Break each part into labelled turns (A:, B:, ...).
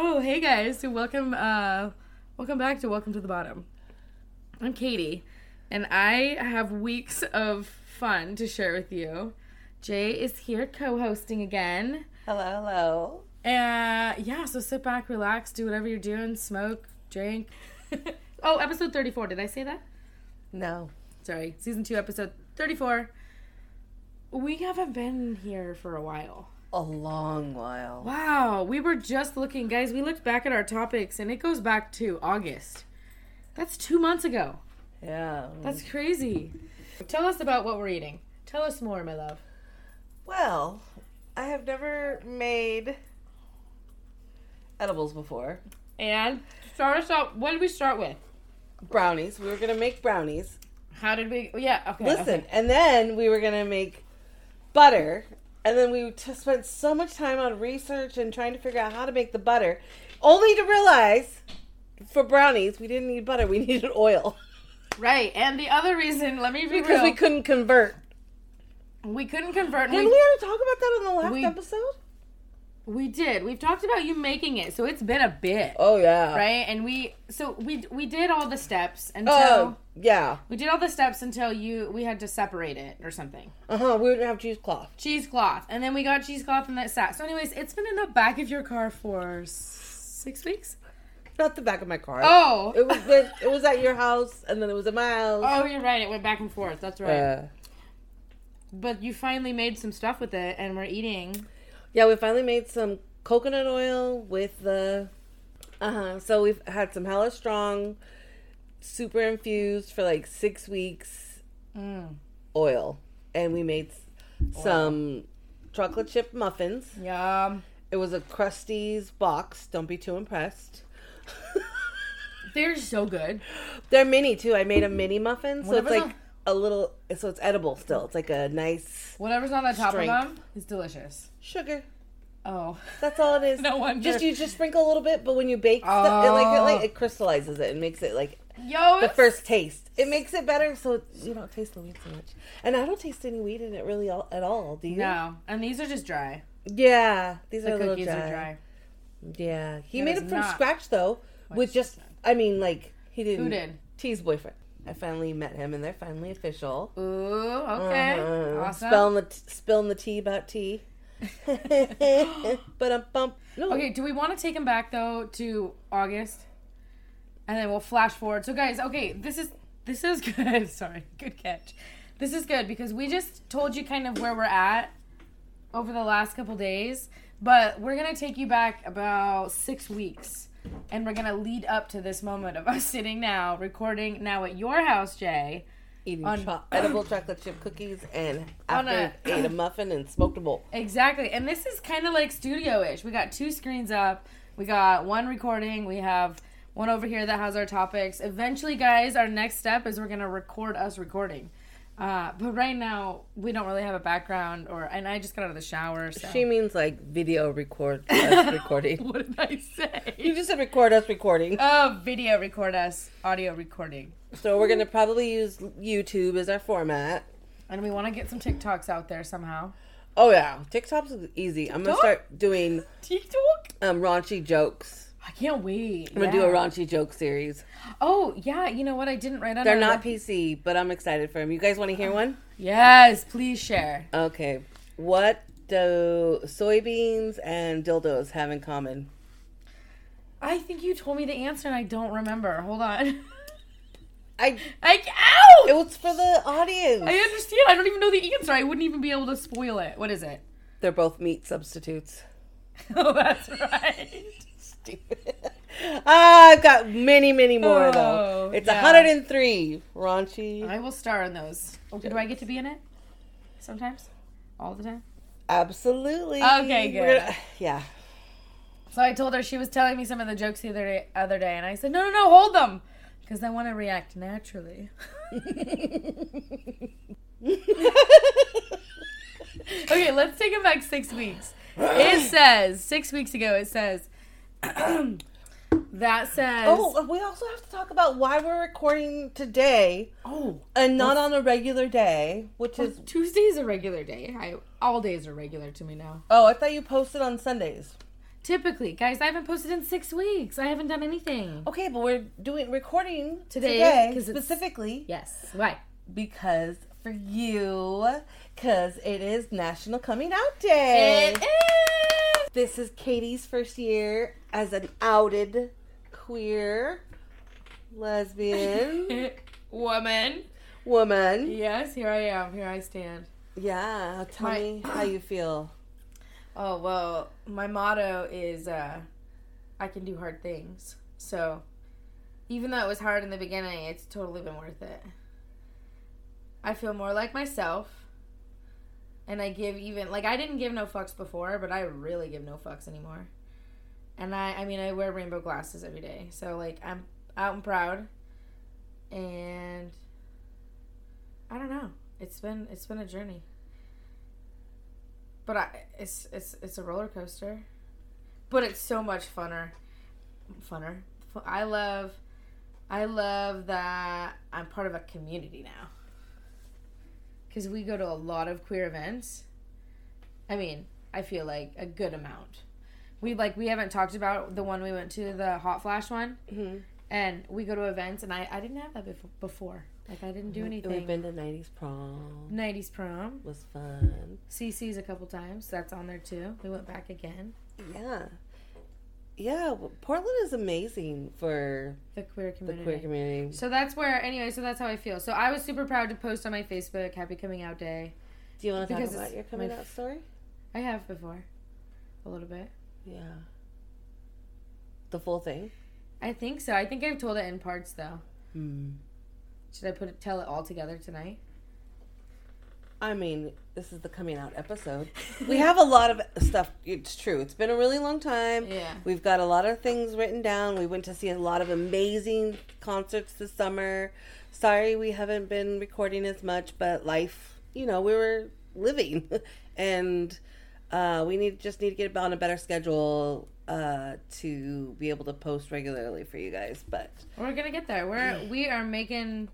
A: Hi, so Oh, welcome, uh, welcome back to Welcome to the Bottom. I'm Katie, and I have weeks of fun to share with you. Jay is here co-hosting again.
B: Hello, hello.
A: Uh, yeah, so sit back, relax, do whatever you're doing, smoke, drink. oh, episode 34. Did I say that?
B: No.
A: Sorry, season two, episode 34. We haven't been here for a while.
B: A long while.
A: Wow, we were just looking, guys. We looked back at our topics, and it goes back to August. That's two months ago.
B: Yeah.
A: That's crazy. Tell us about what we're eating. Tell us more, my love.
B: well, I have never made edibles before.
A: And start us out. What did we start with?
B: Brownies. We were going to make brownies.
A: How did we? oh, Yeah. Okay.
B: Listen,
A: okay.
B: and then we were going to make butter. And then we t- spent so much time on research and trying to figure out how to make the butter, only to realize for brownies, we didn't need butter, we needed oil
A: Right. And the other reason, let me be
B: because
A: real.
B: we couldn't convert.
A: we couldn't convert. and
B: Didn't we
A: we,
B: already talk about that on the last
A: we-
B: episode?
A: we did. We've talked about you making it, so it's been a bit,
B: Oh, yeah.
A: right? And we, so we we did all the steps until
B: Oh, yeah.
A: we did all the steps until you we had to separate it or something.
B: Uh huh. We wouldn't have cheesecloth.
A: Cheesecloth, and then we got cheesecloth and that sat. So, anyways, it's been in the back of your car for s- six weeks.
B: Not the back of my car.
A: Oh,
B: It was with, it was at your house, and then it was at my house.
A: oh, you're right. It went back and forth. That's right.
B: Uh,
A: But you finally made some stuff with it, and we're eating.
B: yeah, we finally made some coconut oil with the. Uh huh. So we've had some hella strong, super infused for like six weeks
A: Mm,
B: oil, and we made s- some chocolate chip muffins.
A: yum.
B: It was a Krusty's box. Don't be too impressed.
A: They're so good.
B: They're mini too. I made a mini muffin, so it's
A: Whatever's
B: like
A: on-
B: a little. So it's edible still. It's like a nice
A: Whatever's on the top of
B: Strength.
A: them is delicious.
B: sugar.
A: Oh,
B: That's all it is.
A: No wonder.
B: Just you just sprinkle a little bit, but when you bake, stuff, it like it like
A: Oh.
B: it crystallizes it and makes it like
A: yo,
B: the
A: it's-
B: first taste. It makes it better, so it- you don't taste the weed so much. And I don't taste any weed in it really all, at all. Do you?
A: No, and these are just dry.
B: Yeah, these
A: The
B: are a little
A: cookies
B: dry.
A: are dry.
B: Yeah, he
A: That
B: made
A: is
B: it from
A: not
B: scratch though, with
A: she
B: just I mean like he didn't.
A: Who did?
B: T's boyfriend. I finally met him, and they're finally official.
A: Ooh, okay,
B: Uh-huh.
A: awesome.
B: Spelling the t- spilling the tea about tea. but a bump. No.
A: Okay, do we want to take him back though to August, and then we'll flash forward? So, guys, okay, this is this is good. Sorry, good catch. This is good because we just told you kind of where we're at over the last couple days, but we're gonna take you back about six weeks, and we're gonna lead up to this moment of us sitting now recording now at your house, Jay.
B: eating
A: on-
B: cho- edible chocolate chip cookies and
A: On
B: after
A: a-
B: ate a muffin and smoked a bowl.
A: Exactly. And this is kind of like studio ish. We got two screens up, we got one recording, we have one over here that has our topics. Eventually, guys, our next step is we're going to record us recording. Uh, but right now, we don't really have a background, or and I just got out of the shower. So.
B: She means like video record us recording.
A: what did I
B: You
A: say?
B: just said record us recording.
A: Oh, video record us, audio recording.
B: So we're gonna probably use YouTube as our format.
A: And we want to get some TikToks out there somehow.
B: Oh yeah, TikTok's easy. I'm gonna
A: TikTok?
B: start doing
A: TikTok?
B: um, raunchy jokes.
A: I can't wait.
B: I'm gonna do a raunchy joke series.
A: Oh, yeah. You know what? I didn't write on
B: They're
A: our-
B: not PC, but I'm excited for them. You guys want to hear one?
A: Yes, please share.
B: Okay. What do soybeans and dildos have in common?
A: I think you told me the answer and I don't remember. Hold on.
B: I.
A: I ow!
B: It was for the audience.
A: I understand. I don't even know the answer. I wouldn't even be able to spoil it. What is it?
B: They're both meat substitutes.
A: Oh, that's right.
B: Stupid. Ah, I've got many, many more
A: Oh,
B: though. It's
A: yeah.
B: 103 raunchy,
A: I will star in those. Okay, do I get to be in it? Sometimes, all the time.
B: absolutely.
A: Okay,
B: We're
A: good.
B: gonna- yeah,
A: So I told her she was telling me some of the jokes the other day, other day, and I said, "No, no, no, hold them, because I want to react naturally." okay, let's take it back six weeks. It says six weeks ago. It says that says.
B: oh, we also have to talk about why we're recording today
A: oh,
B: and not on a regular day, which is.
A: Tuesday's a regular day. I all days are regular to me now.
B: Oh, I thought you posted on Sundays.
A: Typically, guys, I haven't posted in six weeks. I haven't done anything.
B: Okay, but we're doing recording
A: Today,
B: today,
A: 'cause it's-
B: specifically
A: Yes. Why?
B: because for you, because it is National Coming Out Day.
A: is.
B: This is Katie's first year as an outed queer lesbian
A: Woman.
B: woman.
A: Yes, here I am. Here I stand.
B: Yeah, tell
A: My-
B: me how you feel.
A: Oh, well, my motto is uh, I can do hard things. So even though it was hard in the beginning, it's totally been worth it. I feel more like myself. And I give even, like, I didn't give no fucks before, but I really give no fucks anymore. And I, I mean, I wear rainbow glasses every day. So, like, I'm out and proud. And I don't know. It's been, it's been a journey. But I, it's it's it's a roller coaster, but it's so much funner, funner. Fu- I love, I love that I'm part of a community now. Because we go to a lot of queer events. I mean, I feel like a good amount. We like we haven't talked about the one we went to the hot flash one,
B: Mhm.
A: and we go to events, and I I didn't have that before. before. Like I didn't do
B: We've
A: anything.
B: Mm-hmm. been to 90s prom.
A: 90s prom.
B: Was fun.
A: CC's a couple times. That's on there too. We went back again.
B: Yeah. Yeah, well, Portland is amazing for
A: The queer
B: the
A: community.
B: queer community.
A: So that's where, anyway, so that's how I feel. So I was super proud to post on my Facebook, Happy Coming Out Day.
B: Do you want to talk
A: Because it's
B: about your coming
A: my-
B: out story?
A: I have before, a little bit.
B: Yeah. The full thing?
A: I think so. I think I've told it in parts, though.
B: Hmm.
A: Should I put it, tell it all together tonight?
B: I mean, this is the coming out episode. We have a lot of stuff. It's true. It's been a really long time.
A: Yeah.
B: We've got a lot of things written down. We went to see a lot of amazing concerts this summer. Sorry we haven't been recording as much, but life, you know, we were living and uh, we need just need to get on a better schedule uh, to be able to post regularly for you guys. But
A: We're gonna get there. We're we are making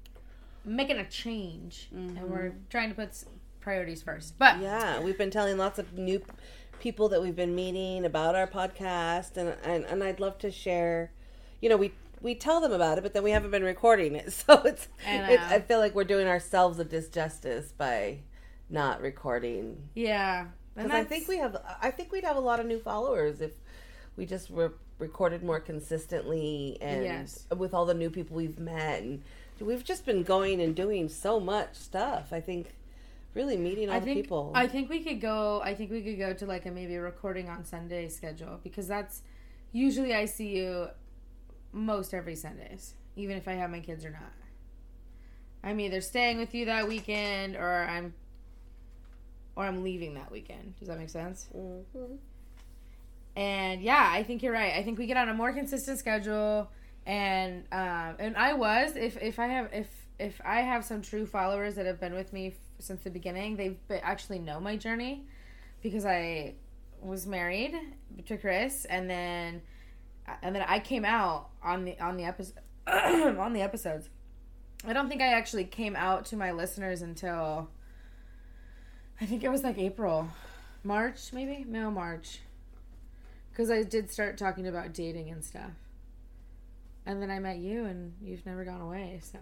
A: making a change, and we're trying to put s- priorities first. But
B: Mm-hmm. Yeah, we've been telling lots of new people that we've been meeting about our podcast, and and, and I'd love to share. You know, we we tell them about it, but then we haven't been recording it, so it's.
A: I know.
B: I, it's, I feel like we're doing ourselves a disjustice by not recording.
A: yeah, and
B: Because I think
A: that's-
B: we have, I think we'd have a lot of new followers if we just were recorded more consistently and
A: Yes.
B: with all the new people we've met and we've just been going and doing so much stuff. I think really meeting all
A: I
B: the
A: think
B: people.
A: I think we could go. I think we could go to like a maybe a recording on Sunday schedule because that's usually I see you most every Sundays, even if I have my kids or not. I'm either staying with you that weekend or I'm or I'm leaving that weekend. Does that make sense?
B: Mhm.
A: And yeah, I think you're right. I think we get on a more consistent schedule, and um, and I was if if I have if if I have some true followers that have been with me f- since the beginning, they've been, actually know my journey because I was married to Chris, and then and then I came out on the on the episode on the episodes. I don't think I actually came out to my listeners until I think it was like April, March maybe no March because I did start talking about dating and stuff. And then I met you, and you've never gone away. So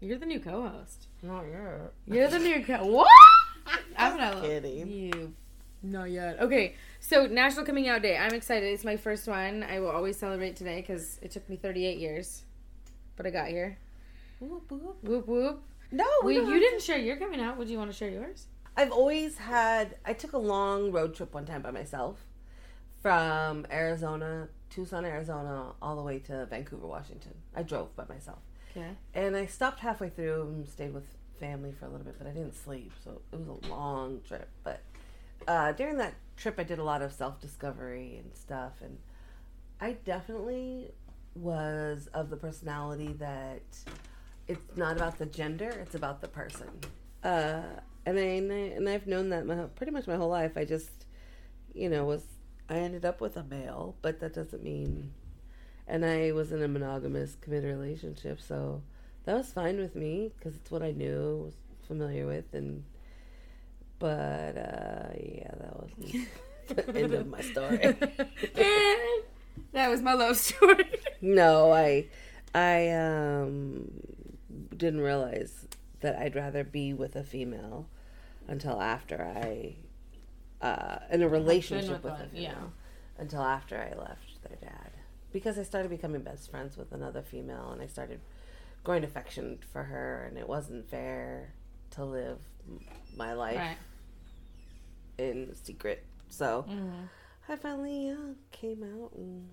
A: you're the new co-host.
B: Not yet.
A: You're the new co. What? I'm gonna
B: kidding.
A: you. Not yet. Okay, so National Coming Out Day. I'm excited. It's my first one. I will always celebrate today because it took me 38 years, but I got here. Whoop whoop.
B: No,
A: We,
B: we don't
A: you
B: have-
A: didn't share your coming out. Would you want to share yours?
B: I've always had. I took a long road trip one time by myself from Arizona, Tucson, Arizona, all the way to Vancouver, Washington. I drove by myself,
A: Okay.
B: and I stopped halfway through and stayed with family for a little bit, but I didn't sleep, so it was a long trip. But uh, during that trip, I did a lot of self discovery and stuff, and I definitely was of the personality that it's not about the gender; it's about the person. Uh, and I and, I, and I've known that my, pretty much my whole life. I just, you know, was I ended up with a male, but that doesn't mean. And I was in a monogamous, committed relationship, so that was fine with me because it's what I knew, was familiar with, and. But uh, yeah, that was End of my story.
A: And that was my love story.
B: No, I I um didn't realize that I'd rather be with a female until after I uh in a relationship with,
A: with
B: a
A: one,
B: female
A: yeah.
B: until after I left their dad. Because I started becoming best friends with another female and I started growing affection for her and it wasn't fair to live m- my life
A: Right.
B: in secret. So
A: Mm-hmm.
B: I finally uh, came out and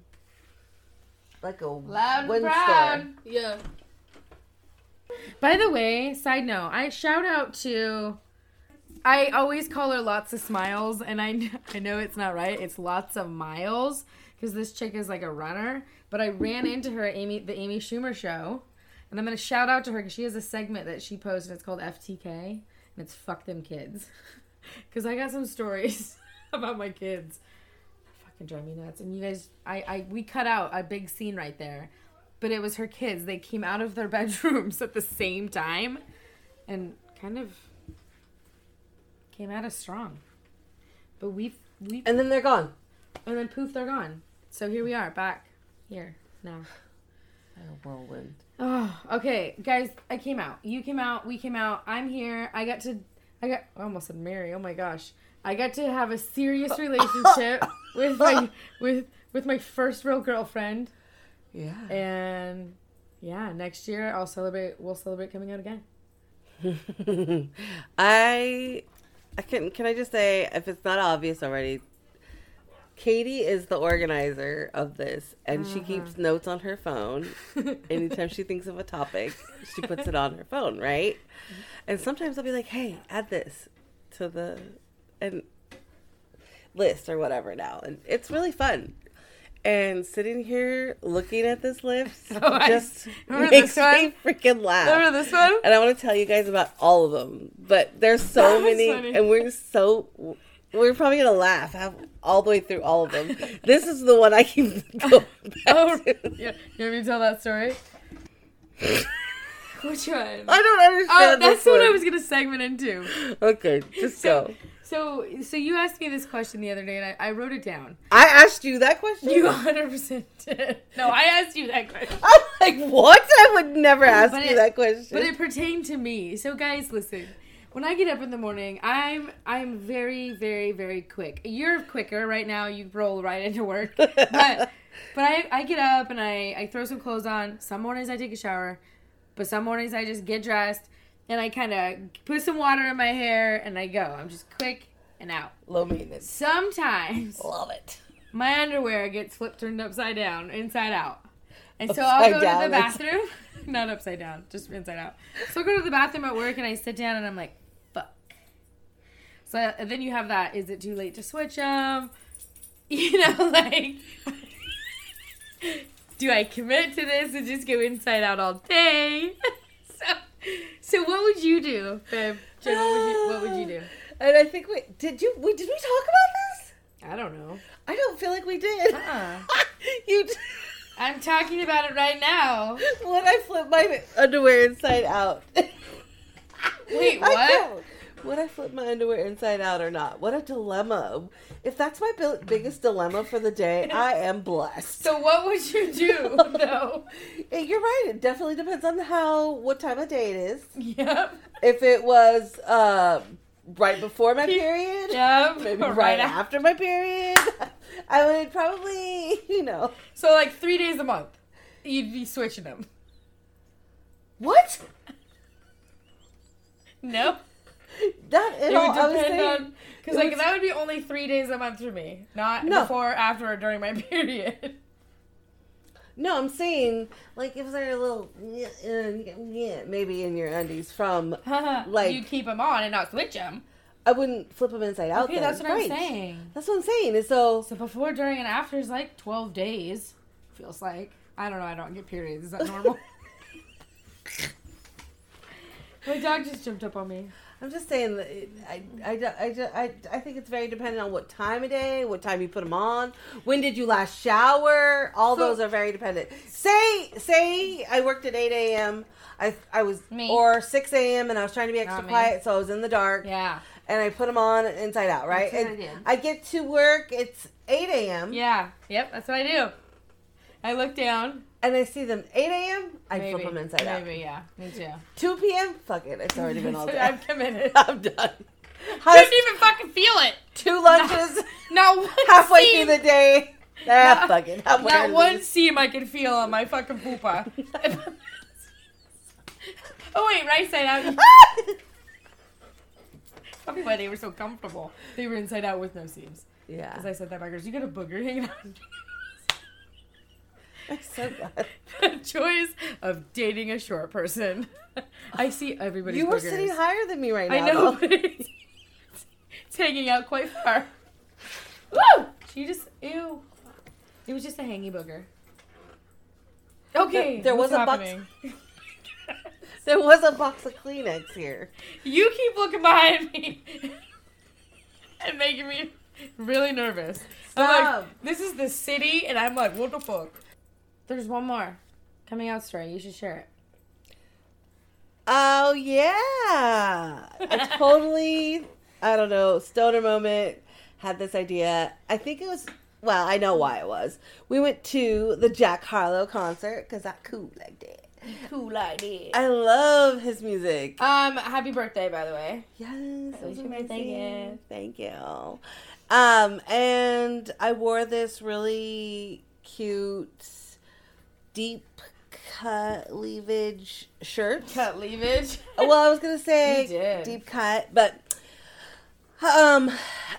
B: like a
A: Loud and
B: Winston.
A: proud. Yeah. By the way, side note, I shout out to. I always call her lots of smiles, and I I know it's not right. It's lots of miles because this chick is like a runner. But I ran into her at Amy the Amy Schumer show, and I'm gonna shout out to her because she has a segment that she posted. It's called FTK, and it's fuck them kids, because I got some stories about my kids fucking drive me nuts. And you guys, I, I, we cut out a big scene right there, but it was her kids. They came out of their bedrooms at the same time, and kind of came at us strong. But we, we,
B: And then they're gone.
A: and then poof, they're gone. So here we are, back here now.
B: A whirlwind.
A: Oh, okay, guys. I came out. You came out. We came out. I'm here. I got to. I got. I almost said Mary. Oh my gosh. I got to have a serious relationship with my with with my first real girlfriend,
B: Yeah.
A: and yeah, next year I'll celebrate. We'll celebrate coming out again.
B: I I can can I just say if it's not obvious already Katie is the organizer of this and she keeps notes on her phone. Anytime she thinks of a topic, she puts it on her phone, right? And sometimes I'll be like, "Hey, add this to the and list or whatever now." And it's really fun. And sitting here looking at this list
A: Oh, I-
B: just
A: remember
B: makes
A: this one?
B: me freaking laugh.
A: this one?
B: And I want to tell you guys about all of them, but there's so
A: That's
B: many,
A: funny.
B: and we're so we're probably gonna laugh half, all the way through all of them. This is the one I keep going back
A: Oh,
B: to.
A: yeah. You want me to tell that story? Which one?
B: I don't understand.
A: Oh, that's
B: this
A: what I
B: one.
A: was gonna segment into.
B: Okay, just
A: So-
B: go.
A: So, so you asked me this question the other day, and I, I wrote it down.
B: I asked you that question.
A: You 100% did. No, I asked you that question.
B: I'm like, what? I would never ask
A: But
B: you
A: it-
B: that question.
A: But it pertained to me. So guys, listen. When I get up in the morning, I'm I'm very very very quick. You're quicker right now. You roll right into work. But but I, I get up and I I throw some clothes on. Some mornings I take a shower, but some mornings I just get dressed and I kind of put some water in my hair and I go. I'm just quick and out.
B: Low maintenance.
A: Sometimes
B: Love it.
A: my underwear gets flipped turned upside down, inside out. And so
B: Upside
A: I'll go
B: down,
A: to the
B: it's-
A: bathroom. Not upside down, just inside out. So I go to the bathroom at work and I sit down and I'm like, fuck. So and then you have that, is it too late to switch them? You know, like, do I commit to this and just go inside out all day? so, so what would you do, babe? Jen, what, would you, what would you do?
B: And I think we did you we did we talk about this?
A: I don't know.
B: I don't feel like we did.
A: Uh-uh.
B: Ah. you.
A: I'm talking about it right now.
B: when I flip my underwear inside out.
A: Wait,
B: I
A: what?
B: don't- Would I flip my underwear inside out or not? What a dilemma. If that's my bil- biggest dilemma for the day, I am blessed.
A: So what would you do though?
B: Eh, You're right. It definitely depends on how, what time of day it is.
A: yep.
B: If it was uh, right before my period,
A: Yep.
B: maybe
A: Right
B: right,
A: after.
B: after my period, I would probably, you know.
A: So like three days a month, you'd be switching them.
B: What?
A: No,
B: That,
A: it
B: it all,
A: would
B: I was
A: depend
B: saying-
A: on because
B: it
A: like
B: was-
A: that would be only three days a month for me, not
B: No.
A: before, after, or during my period.
B: No, I'm saying like if there a little yeah, uh, yeah, maybe in your undies from Like-
A: you'd keep them on and not switch them.
B: I wouldn't flip them inside out.
A: Okay,
B: then.
A: that's what
B: Right.
A: I'm saying.
B: That's what I'm saying. Is so
A: So before, during, and after is like twelve days. Feels like I don't know. I don't get periods. Is that normal? my dog just jumped up on me.
B: I'm just saying that it- I, I, ju- I, ju- I, I think it's very dependent on what time of day, what time you put them on, when did you last shower. All
A: So-
B: those are very dependent. Say say I worked at 8 a.m. I, I was
A: Me.
B: or 6 a.m. and I was trying to be extra
A: Not me.
B: quiet, so I was in the dark.
A: Yeah.
B: And I put them on inside out, right?
A: That's what
B: And
A: I did.
B: I get to work. It's 8 a.m.
A: Yeah. Yep. That's what I do. I look down.
B: and I see them 8 a.m. I
A: Maybe.
B: flip them inside out.
A: Maybe. Yeah. Me too.
B: 2 p.m. Fuck it, it's already been all day.
A: I'm committed.
B: I'm done.
A: I
B: How's
A: didn't even fucking feel it.
B: two lunches
A: Not one
B: halfway
A: seam.
B: through the day? Ah,
A: Not-
B: fuck it.
A: That
B: I'm wearing
A: one
B: these.
A: seam I could feel on my fucking poopa. oh wait, right side out. I'm glad they were so comfortable. They were inside out with no seams.
B: yeah.
A: As I said that backwards, you got a booger hanging out.
B: I'm so glad.
A: the joys of dating a short person. I see everybody's
B: You were
A: boogers.
B: sitting higher than me right now.
A: I know,
B: though.
A: but it's, it's hanging out quite far. Woo! She just ew. It was just a hangy booger. Okay.
B: There- there
A: what's
B: was a box-
A: happening?
B: There was a box of Kleenex here.
A: You keep looking behind me and making me really nervous. I'm
B: Stop.
A: like, this is the city, and I'm like, what the fuck? There's one more coming out story. You should share it.
B: Oh yeah, I totally. I don't know. Stoner moment had this idea. I think it was. Well, I know why it was. We went to the Jack Harlow concert because I cool like that.
A: Cool idea.
B: I love his music.
A: Um, happy birthday, by the way.
B: Yes, it was
A: your birthday
B: amazing.
A: gift.
B: Thank you. Um, and I wore this really cute, deep cut leavage shirt. Oh,
A: Cut leavage.
B: well, I was gonna
A: You
B: say
A: did.
B: deep cut, but um,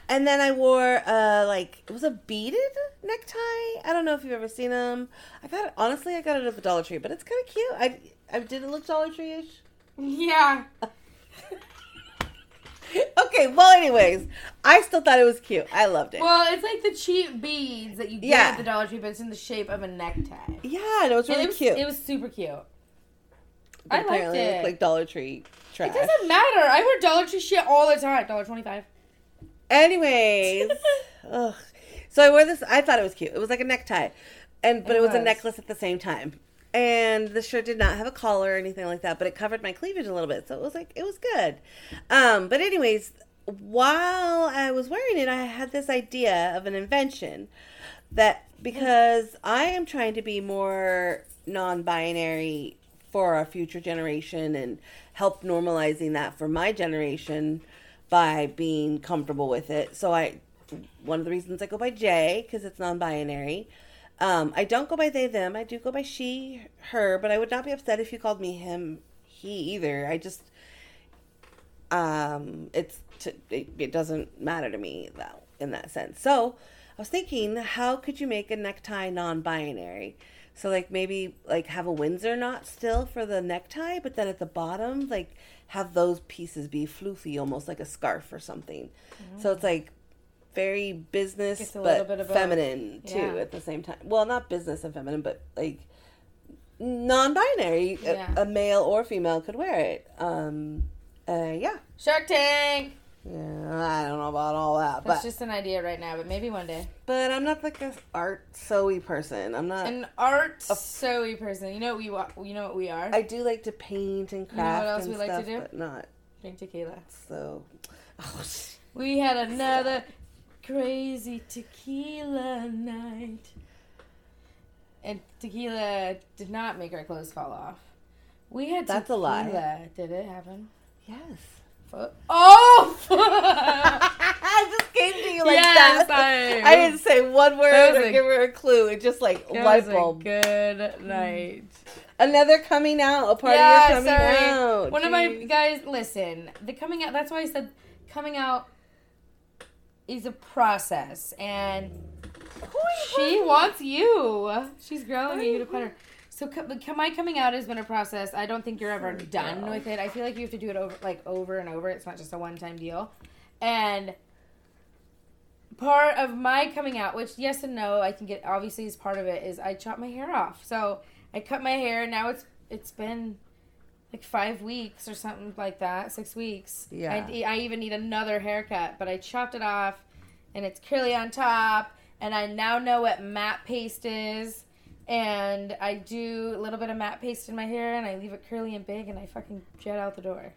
B: and then I wore uh like it was a beaded necktie. I don't know if you've ever seen them. I got it honestly. I got it at the Dollar Tree, but it's kind of cute. I I did it look Dollar Tree ish.
A: yeah.
B: okay. Well, anyways, I still thought it was cute. I loved it.
A: Well, it's like the cheap beads that you get
B: Yeah.
A: at the Dollar Tree, but it's in the shape of a necktie.
B: yeah, no, it's
A: And
B: really
A: it was,
B: cute.
A: It was super cute.
B: But
A: I liked
B: apparently
A: it.
B: looked like Dollar Tree trash.
A: it doesn't matter. I wear Dollar Tree shit all the time. Dollar twenty five.
B: Anyways, ugh. so I wore this. I thought it was cute. It was like a necktie, and but it,
A: It
B: was. a
A: was.
B: necklace at the same time. And the shirt did not have a collar or anything like that, but it covered my cleavage a little bit, so it was like it was good. Um, but anyways, while I was wearing it, I had this idea of an invention that because I am trying to be more non-binary for our future generation and help normalizing that for my generation by being comfortable with it. So I one of the reasons I go by J because it's non-binary. Um, I don't go by they them. I do go by she her, but I would not be upset if you called me him he either. I just um it's t it, it doesn't matter to me though in that sense so i was thinking how could you make a necktie non-binary so like maybe like have a windsor knot still for the necktie but then at the bottom like have those pieces be floofy almost like a scarf or something so it's like very business
A: Gets a little
B: but
A: bit of both.
B: feminine too
A: Yeah.
B: at the same time well not business and feminine but like non-binary A-
A: Yeah.
B: a, male or female could wear it um uh yeah
A: Shark Tank.
B: yeah, I don't know about all that,
A: That's
B: but
A: just an idea right now, but maybe one day.
B: but I'm not like an art sewy person. I'm not.
A: An art sewy person. You know what we wa- you know what we are.
B: oh. I do like to paint and
A: know what
B: craft
A: else
B: and
A: we like to
B: stuff,
A: do?
B: but not
A: Drink tequila.
B: so. Oh,
A: We had another crazy tequila night. And tequila did not make our clothes fall off. We had
B: That's a lie.
A: tequila. Did it happen?
B: yes.
A: Fu- Oh! fuck.
B: I just came to you like
A: Yes,
B: that.
A: I-
B: I didn't say one
A: That
B: word
A: was
B: or
A: a-
B: give her a clue. It just like
A: It
B: light
A: was a
B: bulb.
A: good night.
B: Another coming out, a party
A: yeah,
B: of coming
A: sorry.
B: out.
A: One of my
B: Jeez.
A: guys, listen, the coming out, that's why I said coming out is a process. And she wants you. She's growing you to put her. So co- the- my coming out has been a process. I don't think you're ever done
B: girl.
A: with it. I feel like you have to do it over, like over and over. It's not just a one time deal. And part of my coming out, which yes and no, I can get obviously is part of it, is I chopped my hair off. So I cut my hair. and Now it's it's been like five weeks or something like that, six weeks.
B: Yeah.
A: I, I even need another haircut, but I chopped it off, and it's curly on top, and I now know what matte paste is. And I do a little bit of matte paste in my hair, and I leave it curly and big, and I fucking jet out the door.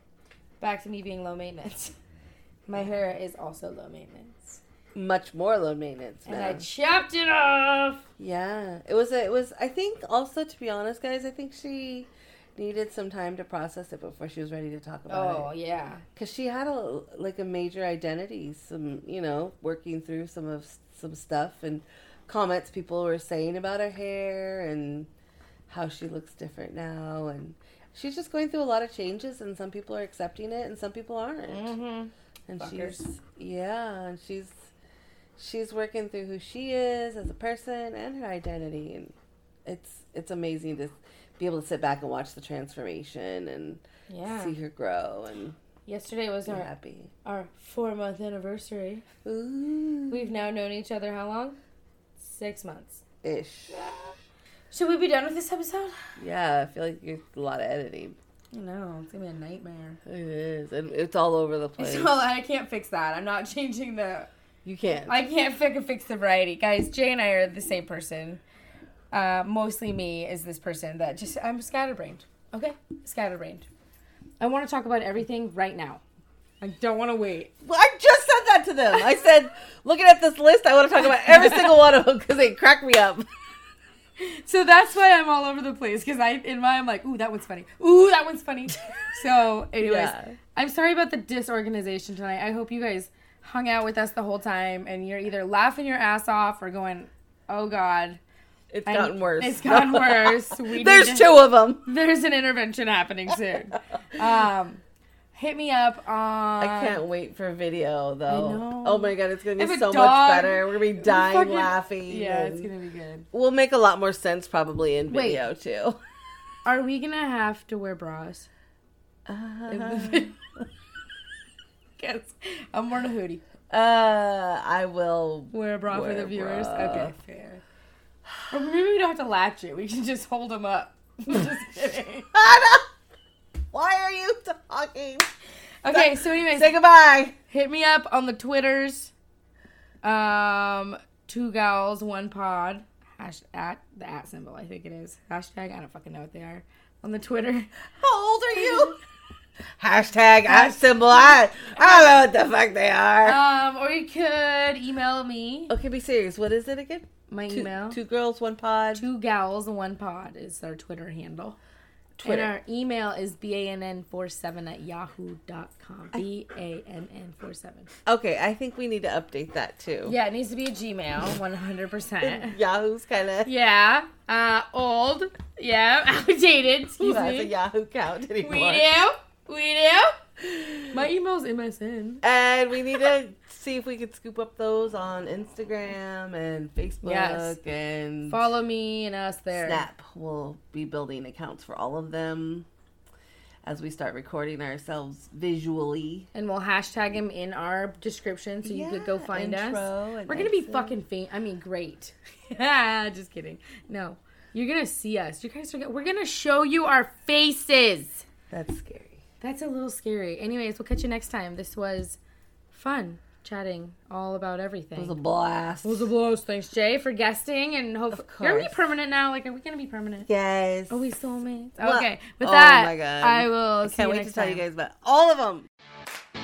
A: Back to me being low maintenance. My hair is also low maintenance,
B: Much more low maintenance.
A: and
B: now.
A: I chopped it off.
B: Yeah, it was. It was. I think also to be honest, guys, I think she needed some time to process it before she was ready to talk about
A: Oh
B: it
A: yeah,
B: because she had a like a major identity. Some you know working through some of some stuff and comments people were saying about her hair and how she looks different now and. She's just going through a lot of changes, and some people are accepting it, and some people aren't.
A: mm-hmm.
B: And
A: Fuckers.
B: she's yeah, and she's she's working through who she is as a person and her identity, and it's it's amazing to be able to sit back and watch the transformation and
A: yeah.
B: see her grow and
A: Yesterday was
B: be
A: our
B: happy.
A: our four month anniversary.
B: Ooh,
A: We've now known each other how long? Six months.
B: ish.
A: Should we be done with this episode?
B: Yeah, I feel like it's a lot of editing.
A: No, it's gonna be a nightmare.
B: It is, and it's all over the place.
A: So I can't fix that. I'm not changing the.
B: you can't.
A: I can't fi- fix the variety, guys. Jay and I are the same person. Uh, mostly me is this person that just I'm scatterbrained. Okay, scatterbrained. I want to talk about everything right now. I don't want to wait.
B: Well, I just said that to them. I said, looking at this list, I want to talk about every single one of them because they crack me up.
A: So that's why I'm all over the place because I in my I'm like, ooh, that one's funny. Ooh, that one's funny. so, anyways,
B: Yeah.
A: I'm sorry about the disorganization tonight. I hope you guys hung out with us the whole time and you're either laughing your ass off or going, oh god,
B: It's
A: I-
B: gotten worse.
A: It's gotten worse. We
B: There's
A: need to-
B: two of them.
A: There's an intervention happening soon. um, hit me up on.
B: I can't wait for video though.
A: Uh, know.
B: Oh my god, it's gonna
A: I
B: be
A: have a
B: so
A: dog.
B: much better. We're gonna be dying
A: fucking-
B: laughing.
A: Yeah, it's
B: and
A: gonna be good.
B: We'll make a lot more sense probably in
A: Wait.
B: video too.
A: Are we gonna have to wear bras?
B: Uh,
A: Yes, I'm wearing a hoodie.
B: uh, I will.
A: Wear a bra
B: Wear
A: for the
B: a
A: viewers.
B: bra.
A: Okay, fair. Or maybe we don't have to latch it. We can just hold them up. just kidding.
B: Anna, why are you talking?
A: Okay, so anyways,
B: Say goodbye.
A: hit me up on the Twitters. Um, two gals, one pod. Hash at the at symbol, I think it is. Hashtag, I don't fucking know what they are. On the Twitter.
B: How old are you? Hashtag I symbol. I, I don't know what the fuck they are.
A: Um, or you could email me.
B: okay, be serious. What is it again?
A: My
B: Two,
A: email. Two,
B: two girls, one pod.
A: gals, one pod is our Twitter handle.
B: Twitter.
A: And our email is bann47 at yahoo.com. bann47.
B: Okay, I think we need to update that too.
A: Yeah, it needs to be a Gmail, 100%.
B: Yahoo's kind of
A: yeah, uh, old. Yeah, outdated. Excuse
B: has
A: me.
B: a Yahoo count anymore.
A: We do. We do. My email's MSN.
B: And we need to see if we could scoop up those on Instagram and Facebook
A: Yes.
B: and
A: Follow me and us there.
B: Snap. We'll be building accounts for all of them as we start recording ourselves visually.
A: And we'll hashtag him in our description so you could go
B: Yeah,
A: find us.
B: intro and
A: We're gonna be
B: exit.
A: fucking faint. I mean, great. Just kidding. No, you're gonna see us. You guys are. Gonna, we're gonna show you our faces.
B: That's scary.
A: That's a little scary. Anyways, we'll catch you next time. This was fun chatting all about everything.
B: It was a blast.
A: It was a blast. Thanks, Jay, for guesting and hopefully
B: Of
A: are we
B: course.
A: permanent now? Like, are we gonna be permanent?
B: yes.
A: Are we soulmates?
B: Well-
A: okay. With
B: Oh
A: that,
B: my God.
A: I will. see
B: Can't
A: you
B: wait
A: next
B: to tell
A: time.
B: you guys about all of them.